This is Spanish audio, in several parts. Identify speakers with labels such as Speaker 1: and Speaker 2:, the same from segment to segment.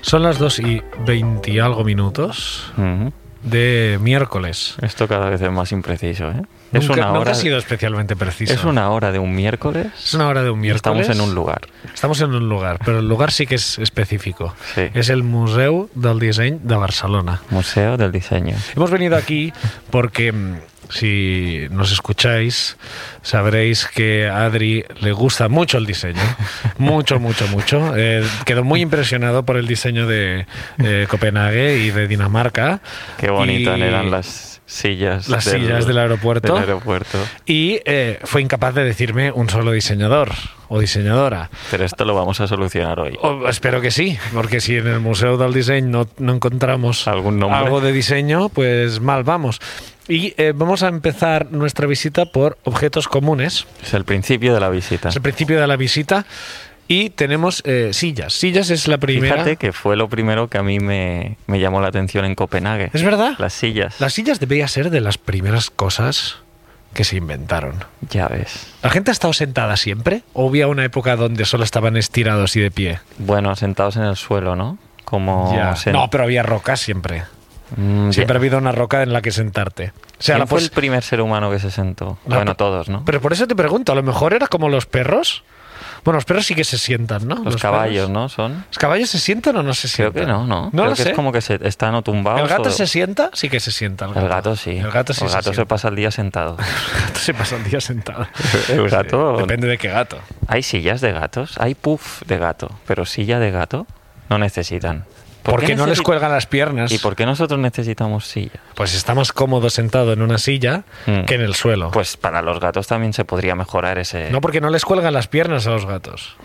Speaker 1: Son las 2 y 20 y algo minutos
Speaker 2: Ujú.
Speaker 1: de miércoles.
Speaker 2: Esto cada vez es más impreciso, ¿eh? es
Speaker 1: nunca,
Speaker 2: una
Speaker 1: nunca
Speaker 2: hora.
Speaker 1: ha sido especialmente preciso.
Speaker 2: es una hora de un miércoles.
Speaker 1: Es una hora de un
Speaker 2: y
Speaker 1: miércoles.
Speaker 2: Estamos en un lugar.
Speaker 1: Estamos en un lugar, pero el lugar sí que es específico.
Speaker 2: Sí.
Speaker 1: Es el Museu del Disseny de Barcelona.
Speaker 2: Museo del Diseño.
Speaker 1: Hemos venido aquí porque mm, si nos escucháis sabréis que a Adri le gusta mucho el diseño, mucho, mucho, mucho. Eh, quedó muy impresionado por el diseño de eh, Copenhague y de Dinamarca.
Speaker 2: Qué bonitas
Speaker 1: Y-
Speaker 2: eran las sillas.
Speaker 1: las sillas del aeropuerto.
Speaker 2: del aeropuerto.
Speaker 1: Y eh, fue incapaz de decirme un solo diseñador o diseñadora.
Speaker 2: Pero esto lo vamos a solucionar hoy.
Speaker 1: O- espero que sí, porque si en el Museo del Diseño no, no encontramos
Speaker 2: ¿Algún nombre?
Speaker 1: algo de diseño, pues mal vamos. Y eh, vamos a empezar nuestra visita por objetos comunes.
Speaker 2: Es el principio de la visita.
Speaker 1: Es el principio de la visita. Y tenemos eh, sillas. Sillas es la primera.
Speaker 2: Fíjate que fue lo primero que a mí me, me llamó la atención en Copenhague.
Speaker 1: ¿Es verdad?
Speaker 2: Las sillas.
Speaker 1: Las sillas debería ser de las primeras cosas que se inventaron.
Speaker 2: Ya ves.
Speaker 1: ¿La gente ha estado sentada siempre? ¿O había una época donde solo estaban estirados y de pie?
Speaker 2: Bueno, sentados en el suelo, ¿no? Como
Speaker 1: Ya.
Speaker 2: sen-
Speaker 1: No, pero había rocas siempre.
Speaker 2: Mm, ya.
Speaker 1: Siempre ha habido una roca en la que sentarte. O sea,
Speaker 2: ¿Quién
Speaker 1: la
Speaker 2: fue
Speaker 1: pos-
Speaker 2: el primer ser humano que se sentó?
Speaker 1: la
Speaker 2: bueno,
Speaker 1: po-
Speaker 2: todos, ¿no?
Speaker 1: Pero por eso te pregunto, a lo mejor era como los perros. Bueno, los perros sí que se sientan, ¿no?
Speaker 2: Los, caballos, ¿no? Son.
Speaker 1: ¿Los caballos se sientan o no se
Speaker 2: Creo
Speaker 1: sientan?
Speaker 2: que no, ¿no?
Speaker 1: No
Speaker 2: Creo
Speaker 1: lo
Speaker 2: que
Speaker 1: sé.
Speaker 2: es como que se están o tumbados.
Speaker 1: ¿El gato
Speaker 2: o-
Speaker 1: se sienta? Sí que se sienta.
Speaker 2: El gato sí.
Speaker 1: El gato sí
Speaker 2: El
Speaker 1: se
Speaker 2: gato se,
Speaker 1: sienta.
Speaker 2: pasa el día sentado.
Speaker 1: El gato se pasa el día sentado.
Speaker 2: El gato.
Speaker 1: Depende de qué gato.
Speaker 2: Hay sillas de gatos, hay puff de gato, pero silla de gato no necesitan. ¿Por
Speaker 1: Porque
Speaker 2: qué
Speaker 1: no les
Speaker 2: necesi-
Speaker 1: cuelgan las piernas.
Speaker 2: ¿Y por qué nosotros necesitamos silla?
Speaker 1: Pues está más cómodo sentado en una silla
Speaker 2: Mm.
Speaker 1: que en el suelo.
Speaker 2: Pues para los gatos también se podría mejorar ese.
Speaker 1: Oh. No porque no les cuelgan las piernas a los gatos.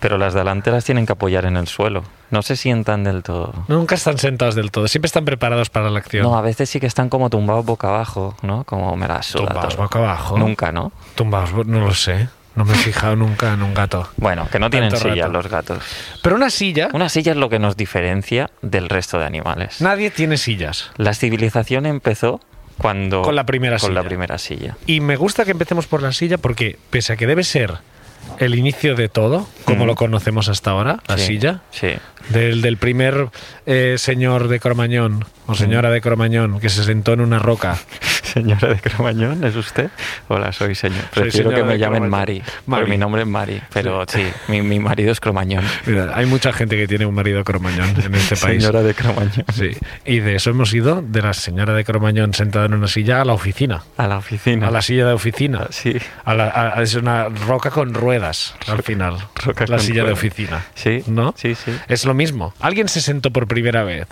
Speaker 2: Pero las delanteras tienen que apoyar en el suelo. No se sientan del todo.
Speaker 1: Nunca están sentados del todo. Siempre están preparados para la acción.
Speaker 2: No, a veces sí que están como tumbados boca abajo, ¿no? Como me la suda
Speaker 1: Tumbados
Speaker 2: todo.
Speaker 1: boca abajo.
Speaker 2: Nunca, ¿no?
Speaker 1: Tumbados, bo- no lo sé. No me he fijado nunca en un gato.
Speaker 2: Bueno, que no tienen
Speaker 1: Tanto
Speaker 2: silla
Speaker 1: rato.
Speaker 2: los gatos.
Speaker 1: Pero una silla.
Speaker 2: Una silla es lo que nos diferencia del resto de animales.
Speaker 1: Nadie tiene sillas.
Speaker 2: La civilización empezó cuando...
Speaker 1: Con la primera
Speaker 2: con
Speaker 1: silla.
Speaker 2: la primera silla.
Speaker 1: Y me gusta que empecemos por la silla porque, pese a que debe ser el inicio de todo, como
Speaker 2: Mm.
Speaker 1: lo conocemos hasta ahora, la
Speaker 2: Sí,
Speaker 1: silla,
Speaker 2: Sí.
Speaker 1: del, del primer eh, señor de Cromañón
Speaker 2: Mm.
Speaker 1: o señora de Cromañón que se sentó en una roca.
Speaker 2: Señora de Cromañón, ¿es usted? Hola, soy señor.
Speaker 1: Soy
Speaker 2: Prefiero
Speaker 1: señora
Speaker 2: que me
Speaker 1: de
Speaker 2: llamen
Speaker 1: Cromañón.
Speaker 2: Mari.
Speaker 1: Mari.
Speaker 2: Porque mi nombre es Mari, pero sí, mi, mi marido es Cromañón.
Speaker 1: Mira, hay mucha gente que tiene un marido Cromañón en este país.
Speaker 2: Señora de Cromañón.
Speaker 1: Sí. Y de eso hemos ido de la señora de Cromañón sentada en una silla a la oficina,
Speaker 2: A la oficina.
Speaker 1: a la silla de oficina.
Speaker 2: Sí.
Speaker 1: A la- a- es una roca con ruedas al final.
Speaker 2: roca
Speaker 1: la
Speaker 2: con
Speaker 1: silla
Speaker 2: ruedas.
Speaker 1: de oficina.
Speaker 2: Sí,
Speaker 1: ¿No?
Speaker 2: sí, sí.
Speaker 1: Es lo mismo. Alguien se sentó por primera vez.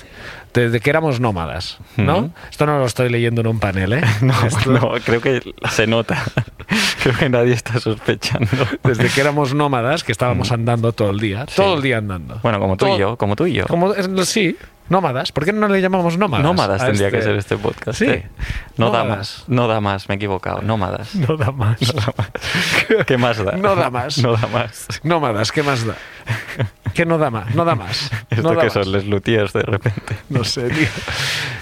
Speaker 1: Desde que éramos nómadas, ¿no?
Speaker 2: Ujú.
Speaker 1: Esto no lo estoy leyendo en un panel, ¿eh?
Speaker 2: No,
Speaker 1: Esto-
Speaker 2: no, creo que se nota. Creo que nadie está sospechando.
Speaker 1: Desde que éramos nómadas, que estábamos andando todo el día.
Speaker 2: Sí.
Speaker 1: Todo el día andando.
Speaker 2: Bueno, como tú
Speaker 1: Todo-
Speaker 2: y yo, como tú y yo.
Speaker 1: Como, eh, sí, nómadas. ¿Por qué no le llamamos nómadas?
Speaker 2: Nómadas
Speaker 1: a
Speaker 2: tendría
Speaker 1: este-
Speaker 2: que ser este podcast.
Speaker 1: Sí.
Speaker 2: Sí. No da
Speaker 1: Nómadas.
Speaker 2: más. No da más, me he equivocado. Nómadas.
Speaker 1: No da más.
Speaker 2: ¿Qué más da?
Speaker 1: No da más.
Speaker 2: No da más.
Speaker 1: Nómadas, ¿qué más da? Que no da más, no da más.
Speaker 2: Esto
Speaker 1: no da
Speaker 2: que
Speaker 1: más.
Speaker 2: son les lutiers de repente.
Speaker 1: No sé, tío.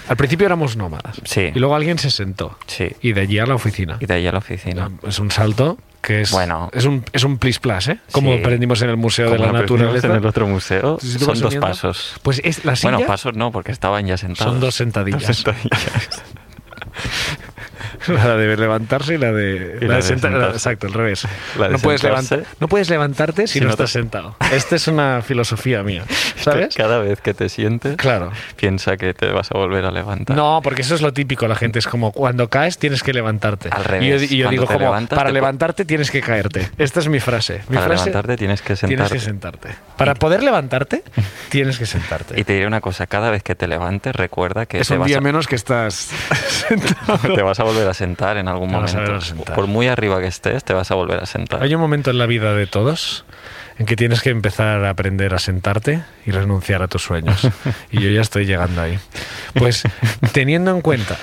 Speaker 1: Al principio éramos nómadas.
Speaker 2: Sí.
Speaker 1: Y luego alguien se sentó.
Speaker 2: Sí.
Speaker 1: Y de allí a la oficina.
Speaker 2: Y de ahí a la oficina.
Speaker 1: Es un salto que es,
Speaker 2: Bueno.
Speaker 1: es un, es un plis plas, ¿eh? Como
Speaker 2: Sí.
Speaker 1: aprendimos en el Museo de
Speaker 2: Como
Speaker 1: la
Speaker 2: aprendimos
Speaker 1: Naturaleza.
Speaker 2: En el otro museo
Speaker 1: Si te
Speaker 2: son
Speaker 1: vas
Speaker 2: dos
Speaker 1: uniendo,
Speaker 2: pasos.
Speaker 1: Pues es la silla
Speaker 2: Bueno, pasos no, porque estaban ya sentados.
Speaker 1: son dos sentadillas.
Speaker 2: Dos sentadillas.
Speaker 1: La de levantarse y la de,
Speaker 2: Y
Speaker 1: la de senta- la-
Speaker 2: sentarse.
Speaker 1: Exacto, al revés.
Speaker 2: La de
Speaker 1: no, puedes
Speaker 2: sentarse.
Speaker 1: levanta- no puedes levantarte si,
Speaker 2: Si
Speaker 1: no,
Speaker 2: no te-
Speaker 1: estás sentado. Esta es una filosofía mía, ¿sabes?
Speaker 2: Cada vez que te sientes,
Speaker 1: Claro.
Speaker 2: piensa que te vas a volver a levantar.
Speaker 1: No, porque eso es lo típico. La gente es como cuando caes tienes que levantarte.
Speaker 2: Al
Speaker 1: Y yo-
Speaker 2: revés,
Speaker 1: Y yo,
Speaker 2: cuando
Speaker 1: digo
Speaker 2: te
Speaker 1: como
Speaker 2: levantas,
Speaker 1: para
Speaker 2: te pu-
Speaker 1: levantarte tienes que caerte. Esta es mi frase. Mi
Speaker 2: Para
Speaker 1: frase
Speaker 2: levantarte tienes que
Speaker 1: tienes
Speaker 2: sentarte.
Speaker 1: que sentarte. Para poder levantarte tienes que sentarte.
Speaker 2: Y te diré una cosa, cada vez que te levantes, recuerda que
Speaker 1: es
Speaker 2: te
Speaker 1: un
Speaker 2: vas,
Speaker 1: día
Speaker 2: a,
Speaker 1: menos que estás sentado.
Speaker 2: te vas a volver a sentar en algún
Speaker 1: Te vas a
Speaker 2: momento.
Speaker 1: volver a sentar.
Speaker 2: Por muy arriba que estés, te vas a volver a sentar.
Speaker 1: Hay un momento en la vida de todos en que tienes que empezar a aprender a sentarte y renunciar a tus sueños. Y yo ya estoy llegando ahí. Pues teniendo en cuenta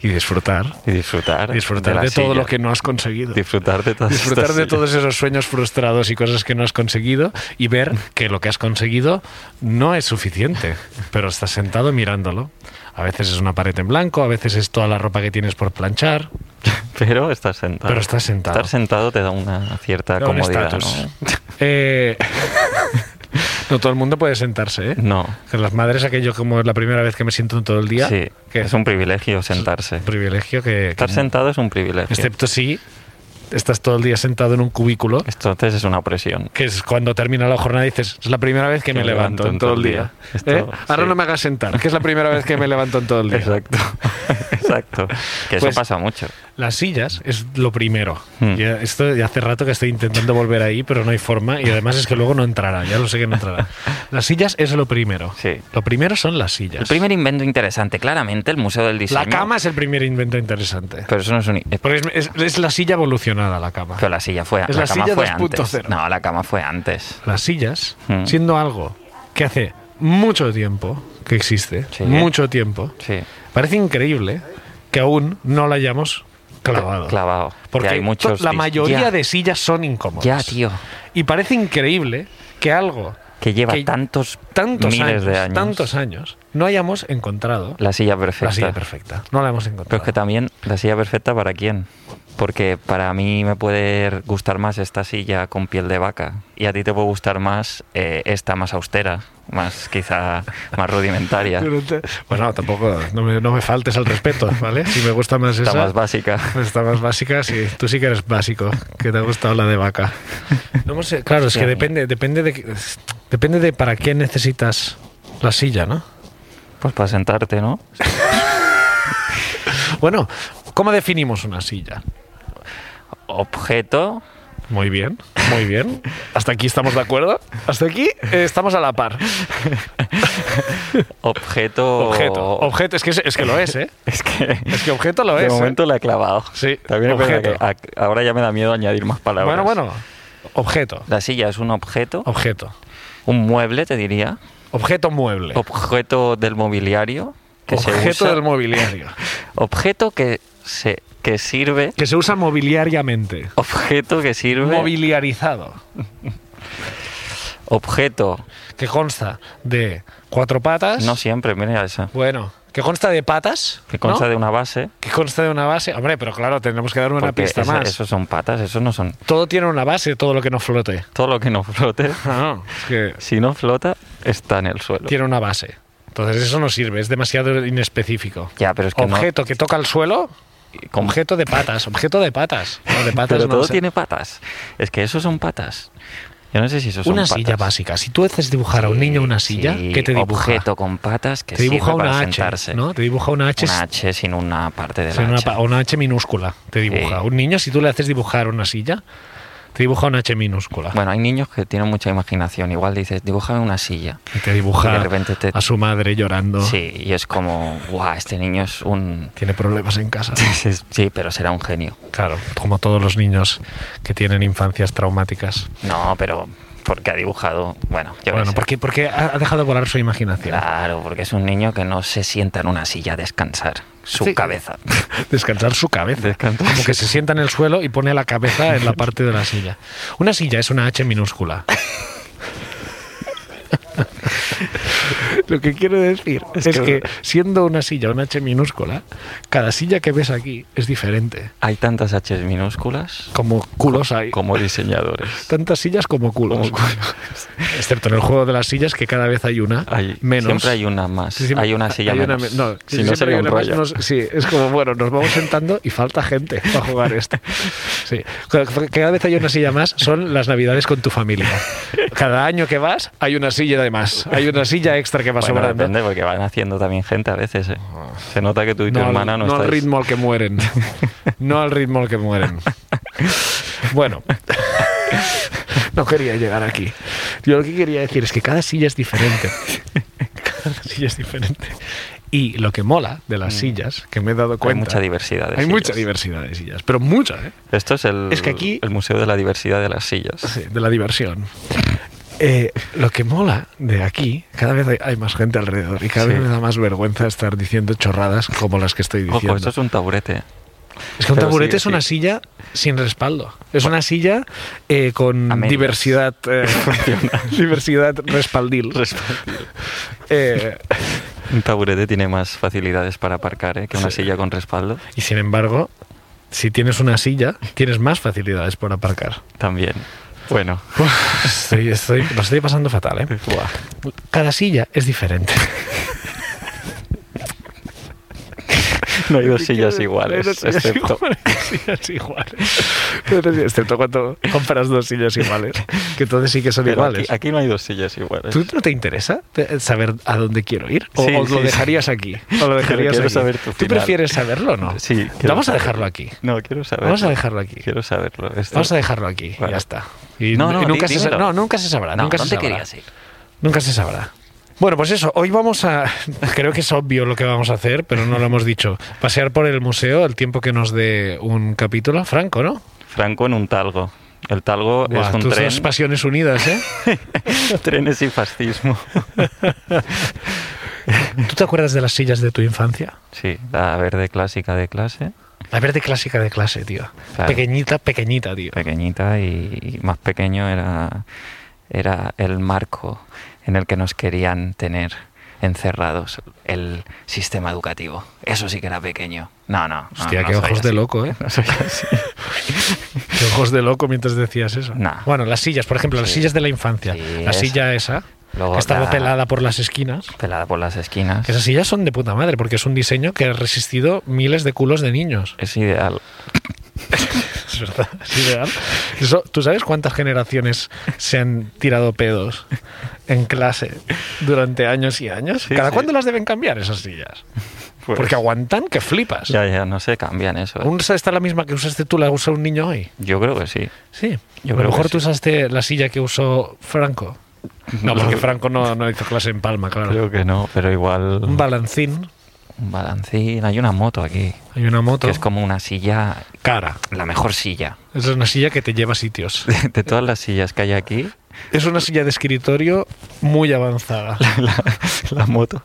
Speaker 1: y disfrutar,
Speaker 2: Y disfrutar.
Speaker 1: disfrutar
Speaker 2: la
Speaker 1: de, todo
Speaker 2: silla.
Speaker 1: lo que no has conseguido.
Speaker 2: Disfrutar de todas
Speaker 1: Disfrutar
Speaker 2: estas
Speaker 1: de
Speaker 2: sillas.
Speaker 1: todos esos sueños frustrados y cosas que no has conseguido y ver que lo que has conseguido no es suficiente, pero estás sentado mirándolo. A veces es una pared en blanco, a veces es toda la ropa que tienes por planchar,
Speaker 2: Pero estás sentado.
Speaker 1: pero estás sentado.
Speaker 2: Estar sentado te da una cierta
Speaker 1: Da un
Speaker 2: comodidad,
Speaker 1: estatus. Eh, no todo el mundo puede sentarse, ¿eh?
Speaker 2: ¿no?
Speaker 1: Que Las madres, aquello como es la primera vez que me siento en todo el
Speaker 2: No.
Speaker 1: día,
Speaker 2: Sí,
Speaker 1: que
Speaker 2: es un privilegio sentarse.
Speaker 1: privilegio que...
Speaker 2: Estar
Speaker 1: que-
Speaker 2: sentado es un privilegio.
Speaker 1: excepto si estás todo el día sentado en un cubículo,
Speaker 2: Entonces es una opresión.
Speaker 1: que es cuando termina la jornada y dices, es la primera vez que me levanto en todo el día.
Speaker 2: Esto,
Speaker 1: ¿Eh? Ahora
Speaker 2: sí.
Speaker 1: no me hagas sentar, que es la primera vez que me levanto en todo el día.
Speaker 2: Exacto. Exacto. Que eso
Speaker 1: Pues-
Speaker 2: pasa mucho.
Speaker 1: Las sillas es lo primero.
Speaker 2: Hmm.
Speaker 1: Ya, esto ya hace rato que estoy intentando volver ahí, pero no hay forma. Y además es que luego no entrará, ya lo sé que no entrará. Las sillas es lo primero.
Speaker 2: Sí.
Speaker 1: Lo primero son las sillas.
Speaker 2: El primer invento interesante, claramente, el Museo del Diseño.
Speaker 1: la cama es el primer invento interesante.
Speaker 2: Pero eso no es un. eh,
Speaker 1: Porque es, es- es la silla evolucionada, la cama.
Speaker 2: Pero la silla fue,
Speaker 1: Es la
Speaker 2: cama
Speaker 1: silla
Speaker 2: fue
Speaker 1: 2.0.
Speaker 2: antes. No, la cama fue antes.
Speaker 1: Las sillas,
Speaker 2: Hmm.
Speaker 1: siendo algo que hace mucho tiempo que existe,
Speaker 2: Sí.
Speaker 1: mucho tiempo,
Speaker 2: Sí.
Speaker 1: parece increíble que aún no la hayamos clavado.
Speaker 2: Clavado.
Speaker 1: Porque
Speaker 2: Que hay muchos
Speaker 1: to- la
Speaker 2: dis-
Speaker 1: mayoría
Speaker 2: Ya,
Speaker 1: de sillas son incómodas.
Speaker 2: Ya, tío.
Speaker 1: Y parece increíble que algo
Speaker 2: Que lleva
Speaker 1: Que-
Speaker 2: tantos,
Speaker 1: tantos
Speaker 2: miles
Speaker 1: años,
Speaker 2: de años.
Speaker 1: tantos años, no hayamos encontrado
Speaker 2: La silla perfecta.
Speaker 1: la silla perfecta. No la hemos encontrado.
Speaker 2: Pero es que también, ¿la silla perfecta para quién? Porque para mí me puede gustar más esta silla con piel de vaca y a ti te puede gustar más eh, esta más austera, más quizá más rudimentaria,
Speaker 1: Pero te- Bueno, tampoco, no me, no me faltes al respeto, ¿vale? Si me gusta más
Speaker 2: esta
Speaker 1: esa,
Speaker 2: más básica.
Speaker 1: Pues está más básica, sí. Tú sí que eres básico, que te ha gustado la de vaca. No hemos- eh, claro, es
Speaker 2: Sí,
Speaker 1: que
Speaker 2: a mí.
Speaker 1: depende, depende de que- depende de para qué necesitas la silla, ¿no?
Speaker 2: Pues para sentarte, ¿no?
Speaker 1: Bueno, ¿cómo definimos una silla?
Speaker 2: Objeto,
Speaker 1: Muy bien, muy bien. ¿Hasta aquí estamos de acuerdo? ¿Hasta aquí? eh, estamos a la par.
Speaker 2: objeto,
Speaker 1: Objeto. Objeto, es que, es, es que lo es, ¿eh?
Speaker 2: Es que
Speaker 1: Es que objeto lo
Speaker 2: de
Speaker 1: es. ¿eh?
Speaker 2: momento la he clavado.
Speaker 1: Sí,
Speaker 2: También es verdad
Speaker 1: objeto.
Speaker 2: que a- ahora ya me da miedo añadir más palabras.
Speaker 1: Bueno, Oh. bueno. Objeto.
Speaker 2: La silla es un objeto,
Speaker 1: Objeto.
Speaker 2: un mueble, te diría,
Speaker 1: Objeto mueble.
Speaker 2: objeto del mobiliario que se
Speaker 1: objeto
Speaker 2: usa,
Speaker 1: del mobiliario.
Speaker 2: objeto que se que sirve,
Speaker 1: Que se usa mobiliariamente.
Speaker 2: objeto que sirve,
Speaker 1: Mobiliarizado.
Speaker 2: objeto,
Speaker 1: Que consta de cuatro patas.
Speaker 2: no siempre, mira esa,
Speaker 1: Bueno, que consta de patas.
Speaker 2: que consta
Speaker 1: ¿no?
Speaker 2: de una base.
Speaker 1: Que consta de una base. Hombre, pero claro, tendremos que dar una
Speaker 2: porque
Speaker 1: pista
Speaker 2: esa-
Speaker 1: más.
Speaker 2: Esos son patas, esos no son
Speaker 1: Todo tiene una base, todo lo que no flote.
Speaker 2: todo lo que no flote.
Speaker 1: No, es que
Speaker 2: Si no flota, está en el suelo.
Speaker 1: tiene una base. Entonces eso no sirve, es demasiado inespecífico.
Speaker 2: Ya, pero es que no-
Speaker 1: objeto que toca el suelo,
Speaker 2: Con-
Speaker 1: objeto de patas, objeto de patas. No, de patas
Speaker 2: Pero
Speaker 1: no
Speaker 2: todo
Speaker 1: sé.
Speaker 2: tiene patas. Es que esos son patas. Yo no sé si esos
Speaker 1: una
Speaker 2: son patas.
Speaker 1: silla básica. Si tú haces dibujar a un niño una silla,
Speaker 2: Sí,
Speaker 1: ¿qué te dibuja?
Speaker 2: Objeto con patas que
Speaker 1: te dibuja
Speaker 2: sirve para
Speaker 1: una H,
Speaker 2: sentarse.
Speaker 1: ¿no? Te dibuja una H,
Speaker 2: Una H sin una parte de
Speaker 1: sin
Speaker 2: la
Speaker 1: una,
Speaker 2: H.
Speaker 1: pa- una H minúscula. Te dibuja.
Speaker 2: Sí.
Speaker 1: Un niño, si tú le haces dibujar una silla, te dibuja una H minúscula.
Speaker 2: Bueno, hay niños que tienen mucha imaginación. Igual dices, dibújame una silla.
Speaker 1: Y te dibuja
Speaker 2: y de repente te-
Speaker 1: a su madre llorando.
Speaker 2: Sí, y es como, guau, este niño es un...
Speaker 1: Tiene problemas en casa.
Speaker 2: Sí, pero será un genio.
Speaker 1: Claro, como todos los niños que tienen infancias traumáticas.
Speaker 2: No, pero porque ha dibujado... Bueno, yo qué
Speaker 1: bueno,
Speaker 2: sé.
Speaker 1: porque, porque ha ha dejado volar su imaginación.
Speaker 2: Claro, porque es un niño que no se sienta en una silla a descansar. Su
Speaker 1: Sí.
Speaker 2: cabeza.
Speaker 1: Descansar su cabeza.
Speaker 2: Descansar.
Speaker 1: Como que se sienta en el suelo y pone la cabeza en la parte de la silla. Una silla es una H minúscula. Lo que quiero decir es, que, siendo una silla una H minúscula, cada silla que ves aquí es diferente.
Speaker 2: Hay tantas H minúsculas
Speaker 1: Como culos hay.
Speaker 2: como diseñadores.
Speaker 1: Tantas sillas como culos.
Speaker 2: Como culos.
Speaker 1: Excepto en el juego de las sillas, que cada vez hay una
Speaker 2: Hay-
Speaker 1: menos.
Speaker 2: Siempre hay una más.
Speaker 1: Sí, siempre-
Speaker 2: hay una silla
Speaker 1: hay una
Speaker 2: menos.
Speaker 1: me- no, sí,
Speaker 2: Si no
Speaker 1: siempre
Speaker 2: sería
Speaker 1: hay
Speaker 2: un
Speaker 1: una más,
Speaker 2: rollo.
Speaker 1: nos- sí, es como, bueno, nos vamos sentando y falta gente para jugar esto. Sí. Cada- Cada vez hay una silla más, son las navidades con tu familia. Cada año que vas, hay una silla de más. Hay una silla extra que va
Speaker 2: Bueno,
Speaker 1: sobrando.
Speaker 2: depende, porque van haciendo también gente a veces. ¿eh?
Speaker 1: Ah.
Speaker 2: Se nota que tú y tu
Speaker 1: no al-
Speaker 2: hermana no,
Speaker 1: no al
Speaker 2: estáis-
Speaker 1: ritmo al que mueren. No al ritmo al que mueren. Bueno. No quería llegar aquí. Yo lo que quería decir es que cada silla es diferente. Cada silla es diferente. Y lo que mola de las sillas, que me he dado
Speaker 2: Mm. Hay
Speaker 1: cuenta.
Speaker 2: mucha diversidad. de
Speaker 1: hay mucha
Speaker 2: sillas.
Speaker 1: diversidad de sillas, pero mucha, ¿eh?
Speaker 2: Esto es el,
Speaker 1: Es que aquí-
Speaker 2: el Museo de la Diversidad de las Sillas.
Speaker 1: Sí, de la diversión. Eh, lo que mola de aquí, cada vez hay, hay más gente alrededor y cada
Speaker 2: Sí.
Speaker 1: vez me da más vergüenza estar diciendo chorradas como las que estoy diciendo.
Speaker 2: Ojo, esto es un taburete.
Speaker 1: Es que un
Speaker 2: Pero
Speaker 1: taburete
Speaker 2: sí,
Speaker 1: es una
Speaker 2: sí.
Speaker 1: silla sin respaldo. Es una silla eh, con
Speaker 2: A medias.
Speaker 1: diversidad eh, diversidad respaldil. Eh,
Speaker 2: Un taburete tiene más facilidades para aparcar ¿eh? que una
Speaker 1: Sí.
Speaker 2: silla con respaldo.
Speaker 1: y sin embargo, si tienes una silla, tienes más facilidades por aparcar.
Speaker 2: También. Bueno,
Speaker 1: Estoy, estoy, lo estoy pasando fatal, ¿eh?
Speaker 2: buah,
Speaker 1: Cada silla es diferente.
Speaker 2: no hay dos sillas iguales.
Speaker 1: Hay dos sillas
Speaker 2: excepto-
Speaker 1: iguales, sillas iguales. Pero sí, Excepto cuando compras dos sillas iguales, que entonces sí que son
Speaker 2: Pero
Speaker 1: iguales.
Speaker 2: aquí, aquí no hay dos sillas iguales.
Speaker 1: ¿Tú no te interesa te- saber a dónde quiero ir? ¿O,
Speaker 2: Sí,
Speaker 1: o
Speaker 2: sí,
Speaker 1: lo
Speaker 2: sí.
Speaker 1: dejarías aquí? ¿O lo dejarías
Speaker 2: quiero
Speaker 1: aquí?
Speaker 2: saber tu
Speaker 1: ¿Tú
Speaker 2: final.
Speaker 1: prefieres saberlo o no?
Speaker 2: Sí, quiero
Speaker 1: Vamos a
Speaker 2: saber.
Speaker 1: dejarlo aquí.
Speaker 2: No, quiero saberlo.
Speaker 1: Vamos a dejarlo aquí.
Speaker 2: Quiero saberlo. Esto-
Speaker 1: Vamos a dejarlo aquí.
Speaker 2: Vale.
Speaker 1: Ya está. Y,
Speaker 2: No, no,
Speaker 1: y nunca,
Speaker 2: di-
Speaker 1: se, sa- Ah,
Speaker 2: dímelo.
Speaker 1: no, nunca se sabrá.
Speaker 2: No,
Speaker 1: nunca se
Speaker 2: ¿dónde
Speaker 1: sabrá.
Speaker 2: querías ir?
Speaker 1: Nunca se sabrá. Bueno, pues eso, hoy vamos a... Creo que es obvio lo que vamos a hacer, pero no lo hemos dicho. Pasear por el museo el tiempo que nos dé un capítulo. Franco, ¿no?
Speaker 2: Franco en un talgo. El talgo
Speaker 1: Buah,
Speaker 2: es un
Speaker 1: tus
Speaker 2: tren.
Speaker 1: dos pasiones unidas, ¿eh?
Speaker 2: Trenes y fascismo.
Speaker 1: ¿Tú te acuerdas de las sillas de tu infancia?
Speaker 2: Sí, la verde clásica de clase.
Speaker 1: La verde clásica de clase, tío.
Speaker 2: Claro. Ah,
Speaker 1: Pequeñita, pequeñita, tío.
Speaker 2: Pequeñita y y más pequeño era, era el marco en el que nos querían tener encerrados. El sistema educativo. Eso sí que era pequeño. No, no. no,
Speaker 1: Hostia,
Speaker 2: no
Speaker 1: qué
Speaker 2: soy
Speaker 1: ojos de
Speaker 2: así.
Speaker 1: loco, ¿eh?
Speaker 2: No soy así.
Speaker 1: Qué ojos de loco mientras decías eso.
Speaker 2: Nah.
Speaker 1: Bueno, las sillas, por ejemplo, las
Speaker 2: Sí.
Speaker 1: sillas de la infancia.
Speaker 2: Sí,
Speaker 1: la
Speaker 2: esa.
Speaker 1: silla esa,
Speaker 2: Luego
Speaker 1: que estaba
Speaker 2: la-
Speaker 1: pelada por las esquinas.
Speaker 2: Pelada por las esquinas.
Speaker 1: Esas sillas son de puta madre, porque es un diseño que ha resistido miles de culos de niños.
Speaker 2: Es ideal.
Speaker 1: Es verdad, es ideal. Eso, ¿Tú sabes cuántas generaciones se han tirado pedos en clase durante años y años?
Speaker 2: Sí,
Speaker 1: ¿Cada
Speaker 2: sí.
Speaker 1: cuándo las deben cambiar esas sillas? Porque aguantan que flipas.
Speaker 2: Ya, ya, no se cambian eso. ¿eh?
Speaker 1: Aún está la misma que usaste tú, la usa un niño hoy.
Speaker 2: Yo creo que sí.
Speaker 1: Sí.
Speaker 2: Yo
Speaker 1: a lo
Speaker 2: creo
Speaker 1: mejor
Speaker 2: que
Speaker 1: tú
Speaker 2: sí.
Speaker 1: usaste la silla que usó Franco. No, porque Franco no, no hizo clase en Palma, claro.
Speaker 2: Creo que no, pero igual.
Speaker 1: Un balancín.
Speaker 2: Un balancín. Hay una moto aquí.
Speaker 1: Hay una moto.
Speaker 2: Que es como una silla.
Speaker 1: cara.
Speaker 2: La mejor silla.
Speaker 1: Es una silla que te lleva a sitios.
Speaker 2: De, de todas las sillas que hay aquí,
Speaker 1: Es una silla de escritorio muy avanzada.
Speaker 2: la, la moto.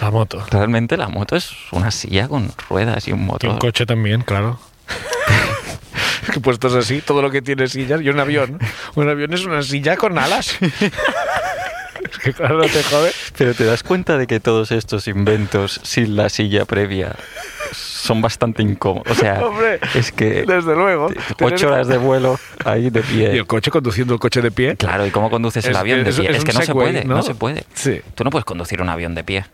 Speaker 1: La moto.
Speaker 2: Realmente la moto es una silla con ruedas y un
Speaker 1: Y un
Speaker 2: motor.
Speaker 1: coche también, claro. Es que puestos así, todo lo que tiene sillas y un avión. Un avión es una silla con alas. Es que claro, no te jode.
Speaker 2: Pero te das cuenta de que todos estos inventos sin la silla previa son bastante incómodos. O sea,
Speaker 1: Hombre,
Speaker 2: Ah, es que
Speaker 1: Desde luego. tener-
Speaker 2: ocho horas de vuelo ahí de
Speaker 1: Y
Speaker 2: pie.
Speaker 1: el coche conduciendo el coche de pie.
Speaker 2: Claro, ¿y cómo conduces el
Speaker 1: Es-
Speaker 2: avión de
Speaker 1: es-
Speaker 2: pie?
Speaker 1: es
Speaker 2: Es,
Speaker 1: un
Speaker 2: que no se
Speaker 1: Segway,
Speaker 2: puede,
Speaker 1: ¿no?
Speaker 2: ¿no? se puede.
Speaker 1: Sí.
Speaker 2: Tú no puedes conducir un avión de pie.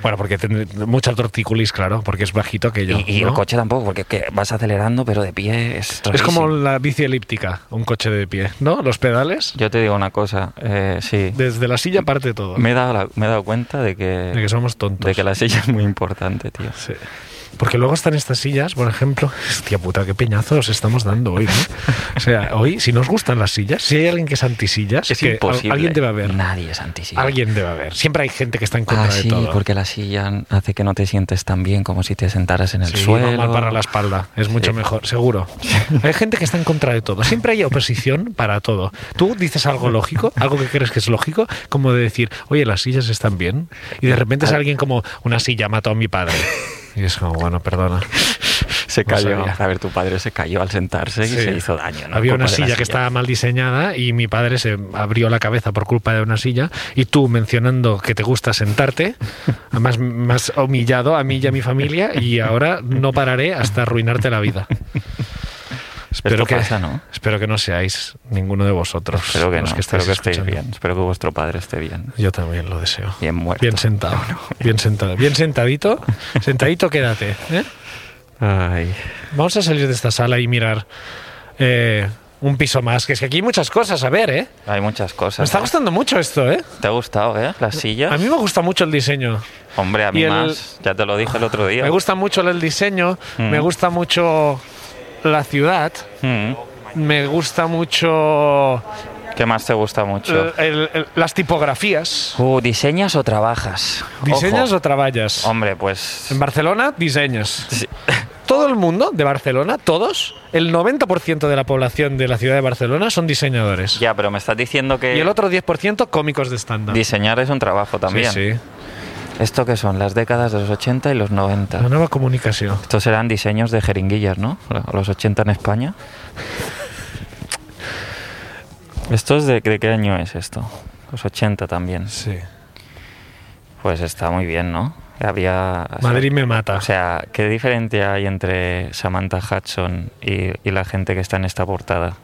Speaker 1: Bueno, porque tiene mucha tortícolis, claro, porque es bajito aquello.
Speaker 2: Y, y el
Speaker 1: ¿no?
Speaker 2: coche tampoco, porque que vas acelerando, pero de pie es.
Speaker 1: Es
Speaker 2: rarísimo.
Speaker 1: como la bici elíptica, un coche de pie, ¿no? Los pedales,
Speaker 2: Yo te digo una cosa, eh, sí.
Speaker 1: desde la silla parte todo.
Speaker 2: Me he, dado la- me he dado cuenta de que,
Speaker 1: De que somos tontos.
Speaker 2: de que la silla es muy importante, tío.
Speaker 1: Sí. Porque luego están estas sillas, por ejemplo. Hostia puta, qué peñazo os estamos dando hoy, ¿no? O sea, hoy, si nos gustan las sillas, si hay alguien que es antisillas,
Speaker 2: Es
Speaker 1: que al-
Speaker 2: imposible.
Speaker 1: alguien debe haber.
Speaker 2: Nadie es antisilla.
Speaker 1: Alguien debe haber. Siempre hay gente que está en contra
Speaker 2: Ah,
Speaker 1: de
Speaker 2: sí,
Speaker 1: todo.
Speaker 2: porque la silla hace que no te sientes tan bien como si te sentaras en el
Speaker 1: Sí, va
Speaker 2: suelo.
Speaker 1: mal para la espalda. Es mucho
Speaker 2: Sí.
Speaker 1: mejor, seguro. Hay gente que está en contra de todo. Siempre hay oposición para todo. Tú dices algo lógico, algo que crees que es lógico, como de decir, oye, las sillas están bien.
Speaker 2: Ah.
Speaker 1: Y de repente es alguien como, una silla mató a mi padre. Y es como, bueno, perdona.
Speaker 2: se
Speaker 1: No
Speaker 2: cayó.
Speaker 1: sabía.
Speaker 2: a ver, tu padre se cayó al sentarse y
Speaker 1: Sí.
Speaker 2: se hizo daño. ¿no?
Speaker 1: Había
Speaker 2: Culpa
Speaker 1: una
Speaker 2: de la
Speaker 1: silla, que estaba mal diseñada y mi padre se abrió la cabeza por culpa de una silla. Y tú, mencionando que te gusta sentarte, más más humillado a mí y a mi familia. Y ahora no pararé hasta arruinarte la vida. Espero
Speaker 2: Esto
Speaker 1: que,
Speaker 2: pasa, ¿no?
Speaker 1: espero que no seáis ninguno de vosotros.
Speaker 2: Espero que
Speaker 1: los
Speaker 2: no,
Speaker 1: estáis
Speaker 2: espero que estéis
Speaker 1: escuchando.
Speaker 2: bien. Espero que vuestro padre esté bien.
Speaker 1: Yo también lo deseo.
Speaker 2: Bien muerto.
Speaker 1: Bien sentado. Bien sentado. Bien sentadito. Sentadito quédate. ¿eh?
Speaker 2: Ay.
Speaker 1: Vamos a salir de esta sala y mirar eh, un piso más. Que es que aquí hay muchas cosas a ver, ¿eh?
Speaker 2: Hay muchas cosas.
Speaker 1: Me está
Speaker 2: ¿no?
Speaker 1: gustando mucho esto, ¿eh?
Speaker 2: ¿Te ha gustado, eh? Las sillas.
Speaker 1: A mí me gusta mucho el diseño.
Speaker 2: Hombre, a mí
Speaker 1: y el-
Speaker 2: más. Ya te lo dije el otro día.
Speaker 1: Me gusta mucho el diseño.
Speaker 2: Mm.
Speaker 1: Me gusta mucho la ciudad.
Speaker 2: Mm.
Speaker 1: Me gusta mucho
Speaker 2: ¿Qué más te gusta mucho?
Speaker 1: eh, el- el- las tipografías.
Speaker 2: Uh, ¿Diseñas o trabajas?
Speaker 1: ¿Diseñas
Speaker 2: Ojo.
Speaker 1: o trabajas?
Speaker 2: Hombre, pues.
Speaker 1: En Barcelona, diseñas.
Speaker 2: Sí.
Speaker 1: Todo el mundo de Barcelona, todos, el 90% de la población de la ciudad de Barcelona son diseñadores.
Speaker 2: Ya, pero me estás diciendo que.
Speaker 1: Y el otro 10% cómicos de stand-up.
Speaker 2: Diseñar es un trabajo
Speaker 1: Sí,
Speaker 2: también.
Speaker 1: sí.
Speaker 2: ¿Esto qué son? Las décadas de los 80 y los 90.
Speaker 1: La nueva comunicación.
Speaker 2: Estos eran diseños de jeringuillas, ¿no? A Los 80 en España. ¿Esto es de, de qué año es esto? Los 80 también.
Speaker 1: Sí.
Speaker 2: Pues está muy bien, ¿no? Había... o sea,
Speaker 1: Madrid me mata.
Speaker 2: O sea, ¿qué diferente hay entre Samantha Hudson y, y la gente que está en esta portada?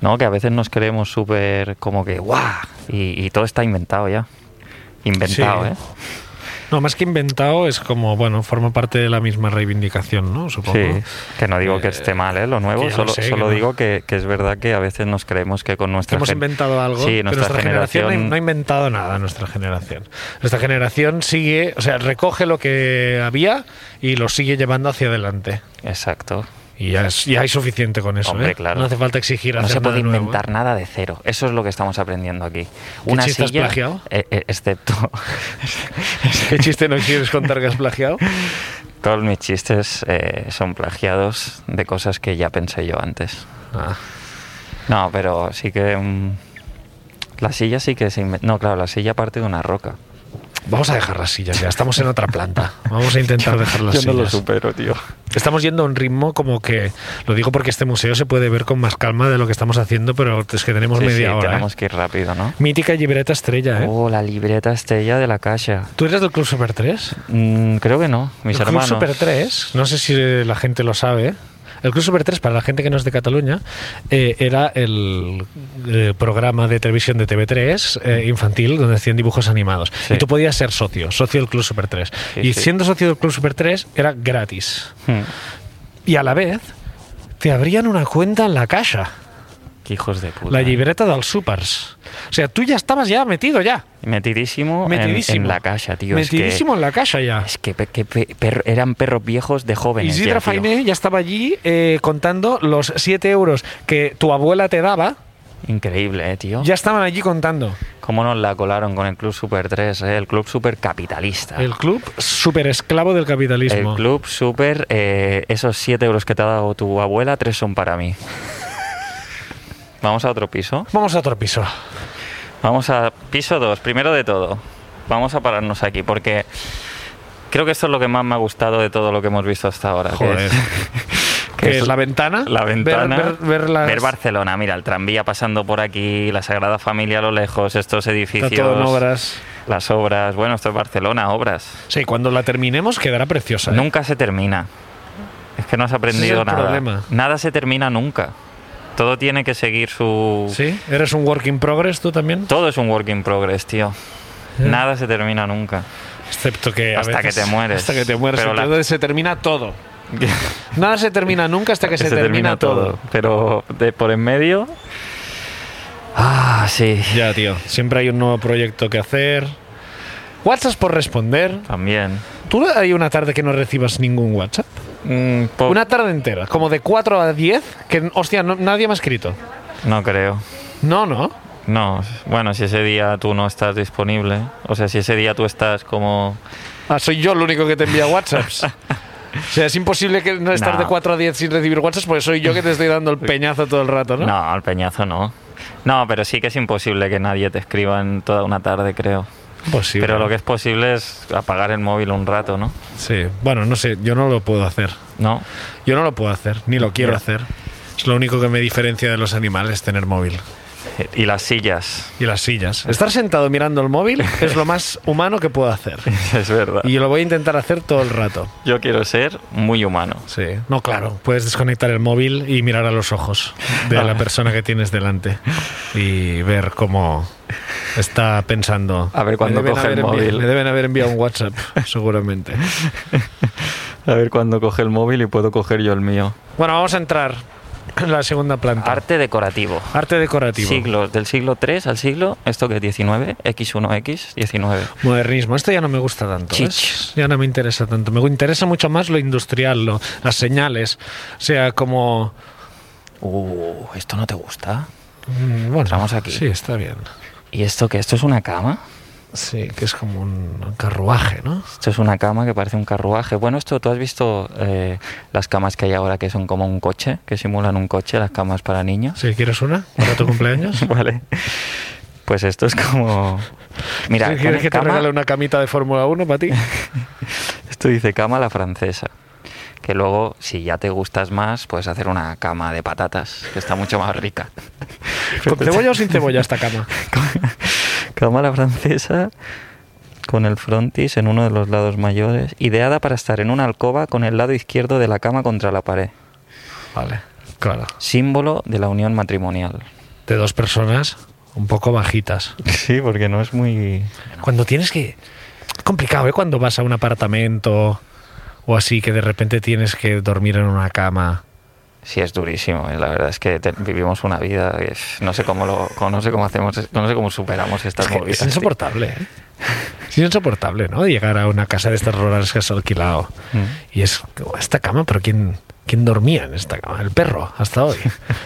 Speaker 2: No, que a veces nos creemos súper como que ¡guau! Y, y todo está inventado ya. Inventado,
Speaker 1: Sí.
Speaker 2: ¿eh?
Speaker 1: No, más que inventado es como, bueno, forma parte de la misma reivindicación, ¿no? Supongo.
Speaker 2: Sí, que no digo que
Speaker 1: Eh,
Speaker 2: esté mal, ¿eh? Lo
Speaker 1: que
Speaker 2: nuevo,
Speaker 1: ya lo
Speaker 2: solo,
Speaker 1: sé, que
Speaker 2: solo
Speaker 1: no.
Speaker 2: digo que, que es verdad que a veces nos creemos que con
Speaker 1: Que
Speaker 2: nuestra
Speaker 1: hemos
Speaker 2: gen-
Speaker 1: inventado algo,
Speaker 2: Sí,
Speaker 1: pero nuestra,
Speaker 2: nuestra,
Speaker 1: generación, no ha
Speaker 2: generación...
Speaker 1: inventado nada, nuestra generación. Nuestra generación sigue, o sea, recoge lo que había y lo sigue llevando hacia adelante.
Speaker 2: Exacto.
Speaker 1: Y ya, es- ya hay suficiente con eso,
Speaker 2: Hombre,
Speaker 1: ¿eh?
Speaker 2: claro.
Speaker 1: No hace falta exigir
Speaker 2: No
Speaker 1: hacer
Speaker 2: se puede
Speaker 1: nada nuevo, ¿eh?
Speaker 2: inventar nada de cero. Eso es lo que estamos aprendiendo aquí.
Speaker 1: ¿Qué
Speaker 2: Una
Speaker 1: chiste has
Speaker 2: silla,
Speaker 1: plagiado?
Speaker 2: eh, eh, excepto
Speaker 1: ¿eh? ¿Qué chiste no quieres contar que has plagiado?
Speaker 2: todos mis chistes eh, son plagiados de cosas que ya pensé yo antes.
Speaker 1: Ah,
Speaker 2: No, pero sí que mm, la silla sí que se inventó. No, claro, la silla parte de una roca.
Speaker 1: Vamos a dejar las sillas ya, estamos en otra planta. Vamos a intentar dejar las sillas.
Speaker 2: supero, tío.
Speaker 1: Estamos yendo a un ritmo como que, lo digo porque este museo se puede ver con más calma de lo que estamos haciendo, pero es que tenemos
Speaker 2: Sí, sí,
Speaker 1: media hora. ¿eh?
Speaker 2: tenemos que ir rápido, ¿no?
Speaker 1: Mítica libreta estrella, ¿eh?
Speaker 2: Oh, la libreta estrella de la caja.
Speaker 1: ¿Tú eres del Club Super 3?
Speaker 2: Mm, creo que no, mis
Speaker 1: el
Speaker 2: hermanos.
Speaker 1: Club Super 3, no sé si eh, la gente lo sabe. El Club Super 3, para la gente que no es de Cataluña, eh, era el eh, programa de televisión de TV3 eh, infantil donde hacían dibujos animados.
Speaker 2: Sí.
Speaker 1: Y tú podías ser socio, socio del Club Super 3.
Speaker 2: Sí,
Speaker 1: y
Speaker 2: sí.
Speaker 1: siendo socio del Club Super 3 era gratis.
Speaker 2: Hmm,
Speaker 1: Y a la vez te abrían una cuenta en la caja,
Speaker 2: qué hijos de puta.
Speaker 1: la llibreta dels súpers. O sea, tú ya estabas ya metido ya,
Speaker 2: Metidísimo, en-
Speaker 1: metidísimo.
Speaker 2: En, la caja, tío. es que-
Speaker 1: Metidísimo en la caja ya.
Speaker 2: Es que, pe- que pe- perro- eran perros viejos de jóvenes.
Speaker 1: Isidra
Speaker 2: ya, tío.
Speaker 1: Fainé ya estaba allí eh, contando los 7 euros que tu abuela te daba,
Speaker 2: Increíble, eh, tío.
Speaker 1: ya estaban allí contando.
Speaker 2: ¿Cómo nos la colaron con el Club Super 3, eh? El Club Super Capitalista.
Speaker 1: El club super esclavo del capitalismo.
Speaker 2: Ah. El Club Super, eh, esos 7 euros que te ha dado tu abuela, 3 son para mí. Vamos a otro piso.
Speaker 1: Vamos a otro piso.
Speaker 2: Vamos a piso 2, primero de todo. Vamos a pararnos aquí porque creo que esto es lo que más me ha gustado de todo lo que hemos visto hasta ahora. que
Speaker 1: Joder.
Speaker 2: es-
Speaker 1: Que es la ventana.
Speaker 2: La
Speaker 1: Ver-
Speaker 2: ventana.
Speaker 1: Ver, ver las-
Speaker 2: Ver Barcelona, mira, el tranvía pasando por aquí, la Sagrada Familia a lo lejos, estos edificios.
Speaker 1: está todo en obras.
Speaker 2: Las obras. Bueno, esto es Barcelona, obras.
Speaker 1: Sí, cuando la terminemos quedará preciosa. ¿eh?
Speaker 2: Nunca se termina. Es que no has aprendido
Speaker 1: el
Speaker 2: nada.
Speaker 1: problema.
Speaker 2: Nada se termina nunca. Todo tiene que seguir su.
Speaker 1: ¿Sí? ¿Eres un work in progress tú también?
Speaker 2: Todo es un work in progress, tío. Nada se termina nunca.
Speaker 1: Excepto que. a
Speaker 2: Hasta que
Speaker 1: veces-
Speaker 2: te mueres.
Speaker 1: Hasta que te mueres.
Speaker 2: Pero la-
Speaker 1: entonces se termina todo. Nada se termina nunca hasta que se, termina, todo.
Speaker 2: Pero de por en medio. Ah, sí.
Speaker 1: Ya, tío. Siempre hay un nuevo proyecto que hacer. WhatsApp por responder.
Speaker 2: También.
Speaker 1: ¿Tú hay una tarde que no recibas ningún WhatsApp?
Speaker 2: Mm, po-
Speaker 1: Una tarde entera, como de 4 a 10, que, hostia, no- nadie me ha escrito.
Speaker 2: No creo.
Speaker 1: No, no.
Speaker 2: No, bueno, si ese día tú no estás disponible, o sea, si ese día tú estás como...
Speaker 1: Ah, soy yo el único que te envía WhatsApps. O sea, es imposible que no estar
Speaker 2: No.
Speaker 1: de 4 a 10 sin recibir WhatsApps porque soy yo que te estoy dando el peñazo todo el rato, ¿no?
Speaker 2: No, al peñazo no. No, pero sí que es imposible que nadie te escriba en toda una tarde, creo.
Speaker 1: Posible.
Speaker 2: Pero lo que es posible es apagar el móvil un rato, ¿no?
Speaker 1: Sí, bueno, no sé, yo no lo puedo hacer.
Speaker 2: No.
Speaker 1: Yo no lo puedo hacer, ni lo quiero
Speaker 2: Ya.
Speaker 1: hacer. Es lo único que me diferencia de los animales, tener móvil.
Speaker 2: Y las sillas.
Speaker 1: Y las sillas. Estar sentado mirando el móvil es lo más humano que puedo hacer.
Speaker 2: Es verdad.
Speaker 1: Y lo voy a intentar hacer todo el rato.
Speaker 2: Yo quiero ser muy humano.
Speaker 1: Sí. No, claro. Puedes desconectar el móvil y mirar a los ojos de la persona que tienes delante y ver cómo está pensando.
Speaker 2: A ver cuándo
Speaker 1: Me deben
Speaker 2: coge el
Speaker 1: haber envi-
Speaker 2: móvil.
Speaker 1: Me deben haber enviado un WhatsApp, seguramente.
Speaker 2: A ver cuándo coge el móvil y puedo coger yo el mío.
Speaker 1: Bueno, vamos a entrar en la segunda planta.
Speaker 2: Arte decorativo.
Speaker 1: Arte decorativo.
Speaker 2: Siglos, del siglo 3 al siglo, esto que es 19, X1X, 19.
Speaker 1: Modernismo. Esto ya no me gusta tanto. ¿ves?
Speaker 2: Chich.
Speaker 1: Ya no me interesa tanto. Me interesa mucho más lo industrial, lo- las señales. O sea, como...
Speaker 2: Uh, esto no te gusta.
Speaker 1: mm, Bueno,
Speaker 2: Entramos aquí.
Speaker 1: Sí, está bien.
Speaker 2: ¿Y esto qué? ¿Esto es una cama?
Speaker 1: Sí, que es como un carruaje, ¿no?
Speaker 2: Esto es una cama que parece un carruaje. Bueno, esto, ¿tú has visto eh, las camas que hay ahora que son como un coche, que simulan un coche, las camas para niños?
Speaker 1: Si quieres una para tu cumpleaños.
Speaker 2: Vale. Pues esto es como... Mira,
Speaker 1: Si ¿Quieres
Speaker 2: pone
Speaker 1: que te
Speaker 2: cama-
Speaker 1: regale una camita de Fórmula 1 para ti?
Speaker 2: Esto dice cama a la francesa. Que luego, si ya te gustas más, puedes hacer una cama de patatas, que está mucho más rica.
Speaker 1: ¿Con cebolla o sin cebolla esta cama?
Speaker 2: Cama a la francesa con el frontis en uno de los lados mayores, ideada para estar en una alcoba con el lado izquierdo de la cama contra la pared,
Speaker 1: Vale, claro.
Speaker 2: símbolo de la unión matrimonial.
Speaker 1: De dos personas un poco bajitas.
Speaker 2: Sí, porque no es muy...
Speaker 1: Cuando tienes que... Es complicado, ¿eh? Cuando vas a un apartamento o así, que de repente tienes que dormir en una cama.
Speaker 2: Sí, es durísimo. eh, La verdad es que te- vivimos una vida... eh, No sé cómo lo... No sé cómo hacemos... No sé cómo superamos estas
Speaker 1: Es, que
Speaker 2: movidas.
Speaker 1: es
Speaker 2: tío.
Speaker 1: insoportable, ¿eh? Es insoportable, ¿no? Llegar a una casa de estas raras que has alquilado.
Speaker 2: Mm.
Speaker 1: Y es esta cama, pero ¿quién, quién dormía en esta cama? El perro, hasta hoy.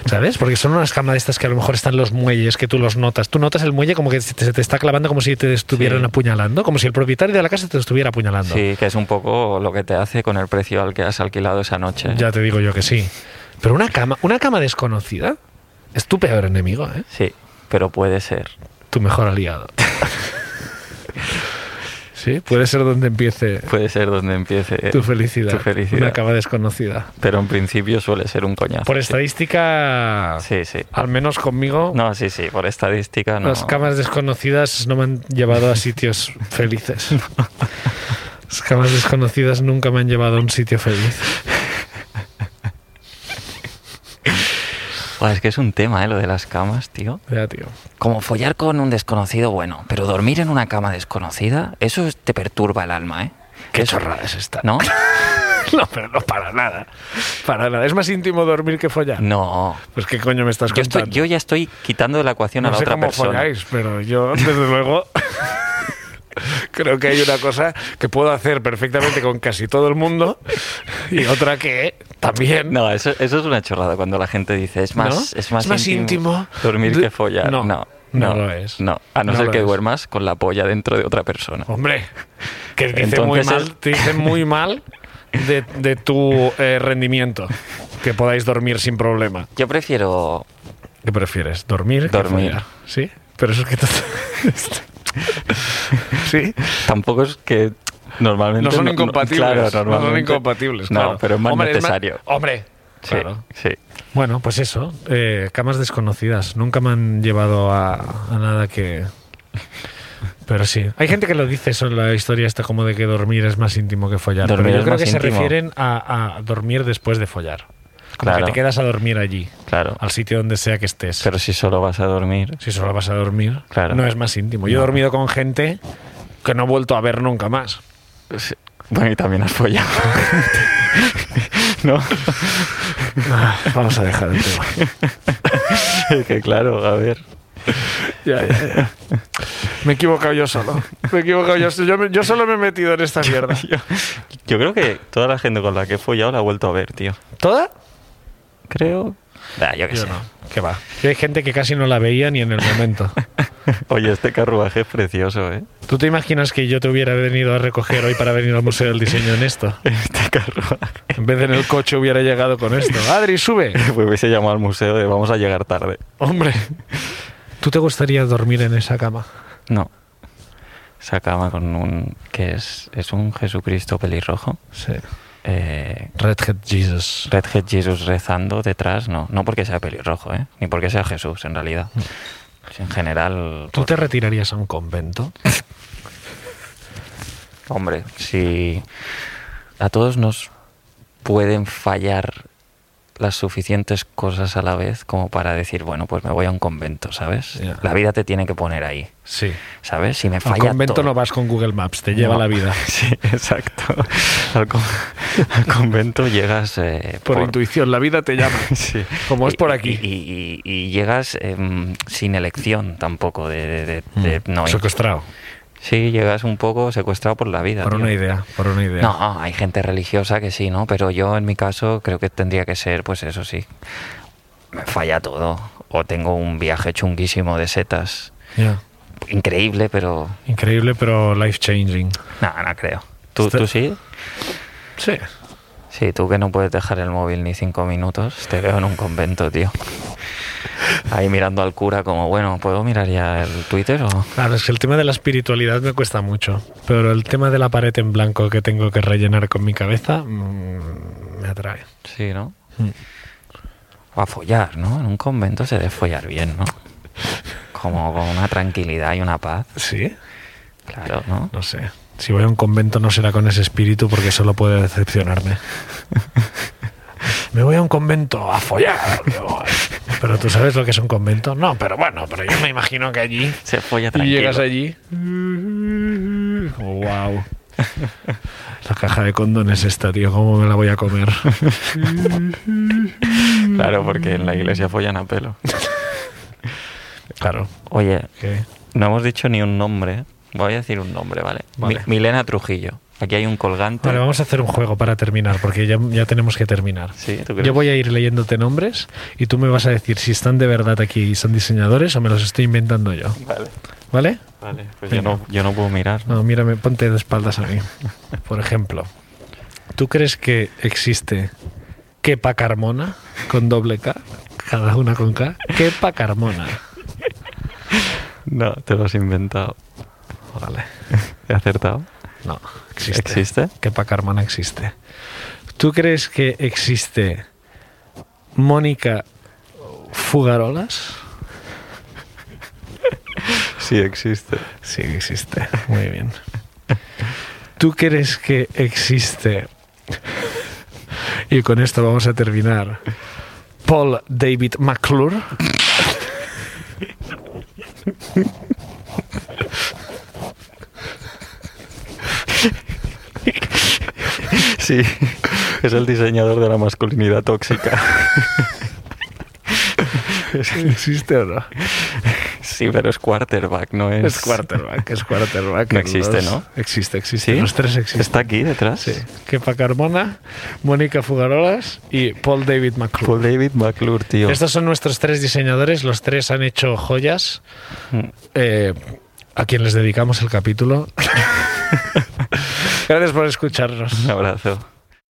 Speaker 1: ¿Sabes? Porque son unas camas de estas que a lo mejor están los muelles, que tú los notas. Tú notas el muelle como que se te, se te está clavando, como si te estuvieran
Speaker 2: Sí.
Speaker 1: apuñalando, como si el propietario de la casa te estuviera apuñalando.
Speaker 2: Sí, que es un poco lo que te hace con el precio al que has alquilado esa noche.
Speaker 1: Ya te digo yo que sí. Pero una cama, una cama desconocida es tu peor enemigo, ¿eh?
Speaker 2: Sí, pero puede ser.
Speaker 1: Tu mejor aliado. sí, puede ser donde empiece
Speaker 2: Puede ser donde empiece
Speaker 1: tu felicidad.
Speaker 2: Eh, tu felicidad.
Speaker 1: Una cama desconocida.
Speaker 2: Pero en principio suele ser un coñazo.
Speaker 1: Por
Speaker 2: sí.
Speaker 1: estadística,
Speaker 2: Sí, sí.
Speaker 1: al menos conmigo,
Speaker 2: No, sí, sí, por estadística no.
Speaker 1: Las camas desconocidas no me han llevado a sitios felices. Las camas desconocidas nunca me han llevado a un sitio feliz.
Speaker 2: Buah, es que es un tema, ¿eh? Lo de las camas, tío.
Speaker 1: Ya, tío.
Speaker 2: Como follar con un desconocido, bueno, pero dormir en una cama desconocida, eso es- te perturba el alma, ¿eh?
Speaker 1: Qué
Speaker 2: Eso-
Speaker 1: chorrada es esta.
Speaker 2: ¿No?
Speaker 1: No, pero no para nada. Para nada. Es más íntimo dormir que follar.
Speaker 2: No.
Speaker 1: Pues qué coño me estás
Speaker 2: Yo, estoy-
Speaker 1: contando.
Speaker 2: yo ya estoy quitando de la ecuación a
Speaker 1: no
Speaker 2: la
Speaker 1: sé
Speaker 2: otra
Speaker 1: cómo
Speaker 2: persona.
Speaker 1: folláis, pero yo, desde luego, creo que hay una cosa que puedo hacer perfectamente con casi todo el mundo y otra que también.
Speaker 2: No, eso, eso es una chorrada cuando la gente dice es más,
Speaker 1: ¿No?
Speaker 2: es más,
Speaker 1: Es más íntimo
Speaker 2: dormir
Speaker 1: de-
Speaker 2: que follar.
Speaker 1: No,
Speaker 2: No,
Speaker 1: no
Speaker 2: no,
Speaker 1: lo es.
Speaker 2: No, a no,
Speaker 1: No
Speaker 2: ser
Speaker 1: lo
Speaker 2: que
Speaker 1: es. Oh.
Speaker 2: duermas con la polla dentro de otra persona.
Speaker 1: Hombre, que dice muy
Speaker 2: Entonces
Speaker 1: mal,
Speaker 2: es-
Speaker 1: te dice muy mal de, de tu eh, rendimiento. Que podáis dormir sin problema.
Speaker 2: Yo prefiero.
Speaker 1: ¿Qué prefieres? ¿Dormir? que
Speaker 2: Dormir.
Speaker 1: follar? ¿Sí? Pero eso es que... tú- ¿Sí?
Speaker 2: Tampoco es que normalmente.
Speaker 1: No son incompatibles.
Speaker 2: claro,
Speaker 1: no son
Speaker 2: normalmente-
Speaker 1: incompatibles,
Speaker 2: No,
Speaker 1: claro.
Speaker 2: pero es más
Speaker 1: Hombre,
Speaker 2: necesario.
Speaker 1: hombre,
Speaker 2: Sí,
Speaker 1: claro.
Speaker 2: sí.
Speaker 1: Bueno, pues eso. eh, camas desconocidas. Nunca me han llevado a, a nada que... Pero sí. Hay gente que lo dice eso, la historia está como de que dormir es más íntimo que follar. pero
Speaker 2: Dormir
Speaker 1: yo
Speaker 2: es
Speaker 1: creo
Speaker 2: más
Speaker 1: que se
Speaker 2: íntimo.
Speaker 1: refieren a, a dormir después de follar. Como
Speaker 2: Claro.
Speaker 1: que te quedas a dormir allí,
Speaker 2: Claro.
Speaker 1: al sitio donde sea que estés.
Speaker 2: Pero si solo vas a dormir.
Speaker 1: si solo vas a dormir,
Speaker 2: Claro.
Speaker 1: no es más íntimo. Yo he
Speaker 2: No.
Speaker 1: dormido con gente que no he vuelto a ver nunca más.
Speaker 2: sí. Bueno, y también has follado. no,
Speaker 1: Vamos a dejar el tema.
Speaker 2: es que claro, a ver.
Speaker 1: Ya, ya, ya. Me he equivocado yo solo. Me he equivocado yo solo. Yo, me- yo solo me he metido en esta mierda.
Speaker 2: Yo creo que toda la gente con la que he follado la he vuelto a ver, tío.
Speaker 1: ¿Toda?
Speaker 2: Creo. Ah, yo qué
Speaker 1: Yo
Speaker 2: sé.
Speaker 1: no. ¿Qué va? Yo hay gente que casi no la veía ni en el momento.
Speaker 2: Oye, este carruaje es precioso, ¿eh?
Speaker 1: ¿Tú te imaginas que yo te hubiera venido a recoger hoy para venir al Museo del Diseño en esto?
Speaker 2: Este carruaje.
Speaker 1: En vez de en el coche hubiera llegado con esto. Adri, sube.
Speaker 2: Me hubiese llamado al museo de vamos a llegar tarde.
Speaker 1: Hombre. ¿Tú te gustaría dormir en esa cama?
Speaker 2: No. se acaba con un... que es? ¿Es un Jesucristo pelirrojo?
Speaker 1: Sí.
Speaker 2: Eh,
Speaker 1: Redhead Jesus.
Speaker 2: Red Hat Jesus rezando detrás, no. No porque sea pelirrojo, ¿eh? Ni porque sea Jesús, en realidad. En general,
Speaker 1: ¿Tú te retirarías a un convento?
Speaker 2: hombre, si a todos nos pueden fallar las suficientes cosas a la vez como para decir, bueno, pues me voy a un convento, ¿sabes?
Speaker 1: Ya.
Speaker 2: La vida te tiene que poner ahí,
Speaker 1: Sí.
Speaker 2: ¿sabes? Si me
Speaker 1: Al
Speaker 2: falla
Speaker 1: convento
Speaker 2: todo-
Speaker 1: no vas con Google Maps, te lleva
Speaker 2: No.
Speaker 1: la vida.
Speaker 2: Sí, exacto. Al, con- al convento llegas eh,
Speaker 1: Por, intuición, la vida te llama.
Speaker 2: Sí.
Speaker 1: Como es
Speaker 2: Y-
Speaker 1: por aquí.
Speaker 2: Y, y- y llegas em, sin elección tampoco de, de- de- de-
Speaker 1: Mm.
Speaker 2: no ir.
Speaker 1: Secuestrado.
Speaker 2: Sí, llegas un poco secuestrado por la vida.
Speaker 1: Por
Speaker 2: tío.
Speaker 1: una idea, por una idea.
Speaker 2: No, hay gente religiosa que sí, ¿no? Pero yo en mi caso creo que tendría que ser, pues eso sí. Me falla todo. O tengo un viaje chunguísimo de setas.
Speaker 1: Ya.
Speaker 2: Increíble, pero
Speaker 1: Increíble, pero life changing.
Speaker 2: no, no creo. ¿Tú,
Speaker 1: Está-
Speaker 2: ¿Tú sí?
Speaker 1: Sí.
Speaker 2: Sí, tú que no puedes dejar el móvil ni cinco minutos, te veo en un convento, tío. Ahí mirando al cura como, bueno, ¿puedo mirar ya el Twitter o...?
Speaker 1: Claro, es que el tema de la espiritualidad me cuesta mucho, pero el tema de la pared en blanco que tengo que rellenar con mi cabeza mm, me atrae.
Speaker 2: Sí, ¿no?
Speaker 1: Mm.
Speaker 2: O a follar, ¿no? En un convento se debe follar bien, ¿no? Como con una tranquilidad y una paz,
Speaker 1: ¿Sí?
Speaker 2: claro, ¿no?
Speaker 1: No sé. Si voy a un convento no será con ese espíritu porque solo puede decepcionarme. Me voy a un convento a follar. digo, Pero tú sabes lo que es un convento. No, pero bueno, pero yo me imagino que allí.
Speaker 2: Se folla
Speaker 1: Y
Speaker 2: tranquilo.
Speaker 1: llegas allí. Oh, wow. La caja de condones esta, tío. ¿Cómo me la voy a comer?
Speaker 2: Claro, porque en la iglesia follan a pelo.
Speaker 1: Claro.
Speaker 2: Oye,
Speaker 1: que-
Speaker 2: no hemos dicho ni un nombre. Voy a decir un nombre, ¿vale?
Speaker 1: Vale.
Speaker 2: Mi- Milena Trujillo. Aquí hay un colgante.
Speaker 1: Vale, vamos a hacer un juego para terminar, porque ya, ya tenemos que terminar.
Speaker 2: Sí, ¿tú crees?
Speaker 1: Yo voy a ir leyéndote nombres y tú me vas a decir si están de verdad aquí y son diseñadores o me los estoy inventando yo.
Speaker 2: Vale,
Speaker 1: ¿Vale?
Speaker 2: vale. Pues
Speaker 1: Venga.
Speaker 2: yo no, yo no puedo mirar.
Speaker 1: No, mírame, ponte de espaldas a mí. Por ejemplo, ¿tú crees que existe Kepa Carmona con doble K? Cada una con K. Kepa Carmona.
Speaker 2: No, te lo has inventado.
Speaker 1: Vale.
Speaker 2: ¿He acertado?
Speaker 1: No, existe.
Speaker 2: ¿Existe?
Speaker 1: Kepa Carmona existe. ¿Tú crees que existe Mónica Fugarolas?
Speaker 2: Sí, existe.
Speaker 1: Sí, existe. Muy bien. ¿Tú crees que existe? Y con esto vamos a terminar. Paul David McClure.
Speaker 2: Sí, es el diseñador de la masculinidad tóxica.
Speaker 1: ¿Existe o no?
Speaker 2: Sí, pero es quarterback, no es.
Speaker 1: Es quarterback, es quarterback.
Speaker 2: No
Speaker 1: Los-
Speaker 2: existe, ¿no?
Speaker 1: Existe, existe.
Speaker 2: ¿Sí?
Speaker 1: Los tres existen.
Speaker 2: Está aquí detrás.
Speaker 1: Sí. Kepa Carmona, Mónica Fugarolas y Paul David McClure.
Speaker 2: Paul David McClure, tío.
Speaker 1: Estos son nuestros tres diseñadores, los tres han hecho joyas.
Speaker 2: Mm.
Speaker 1: eh, a quien les dedicamos el capítulo. Gracias por escucharnos.
Speaker 2: Un abrazo.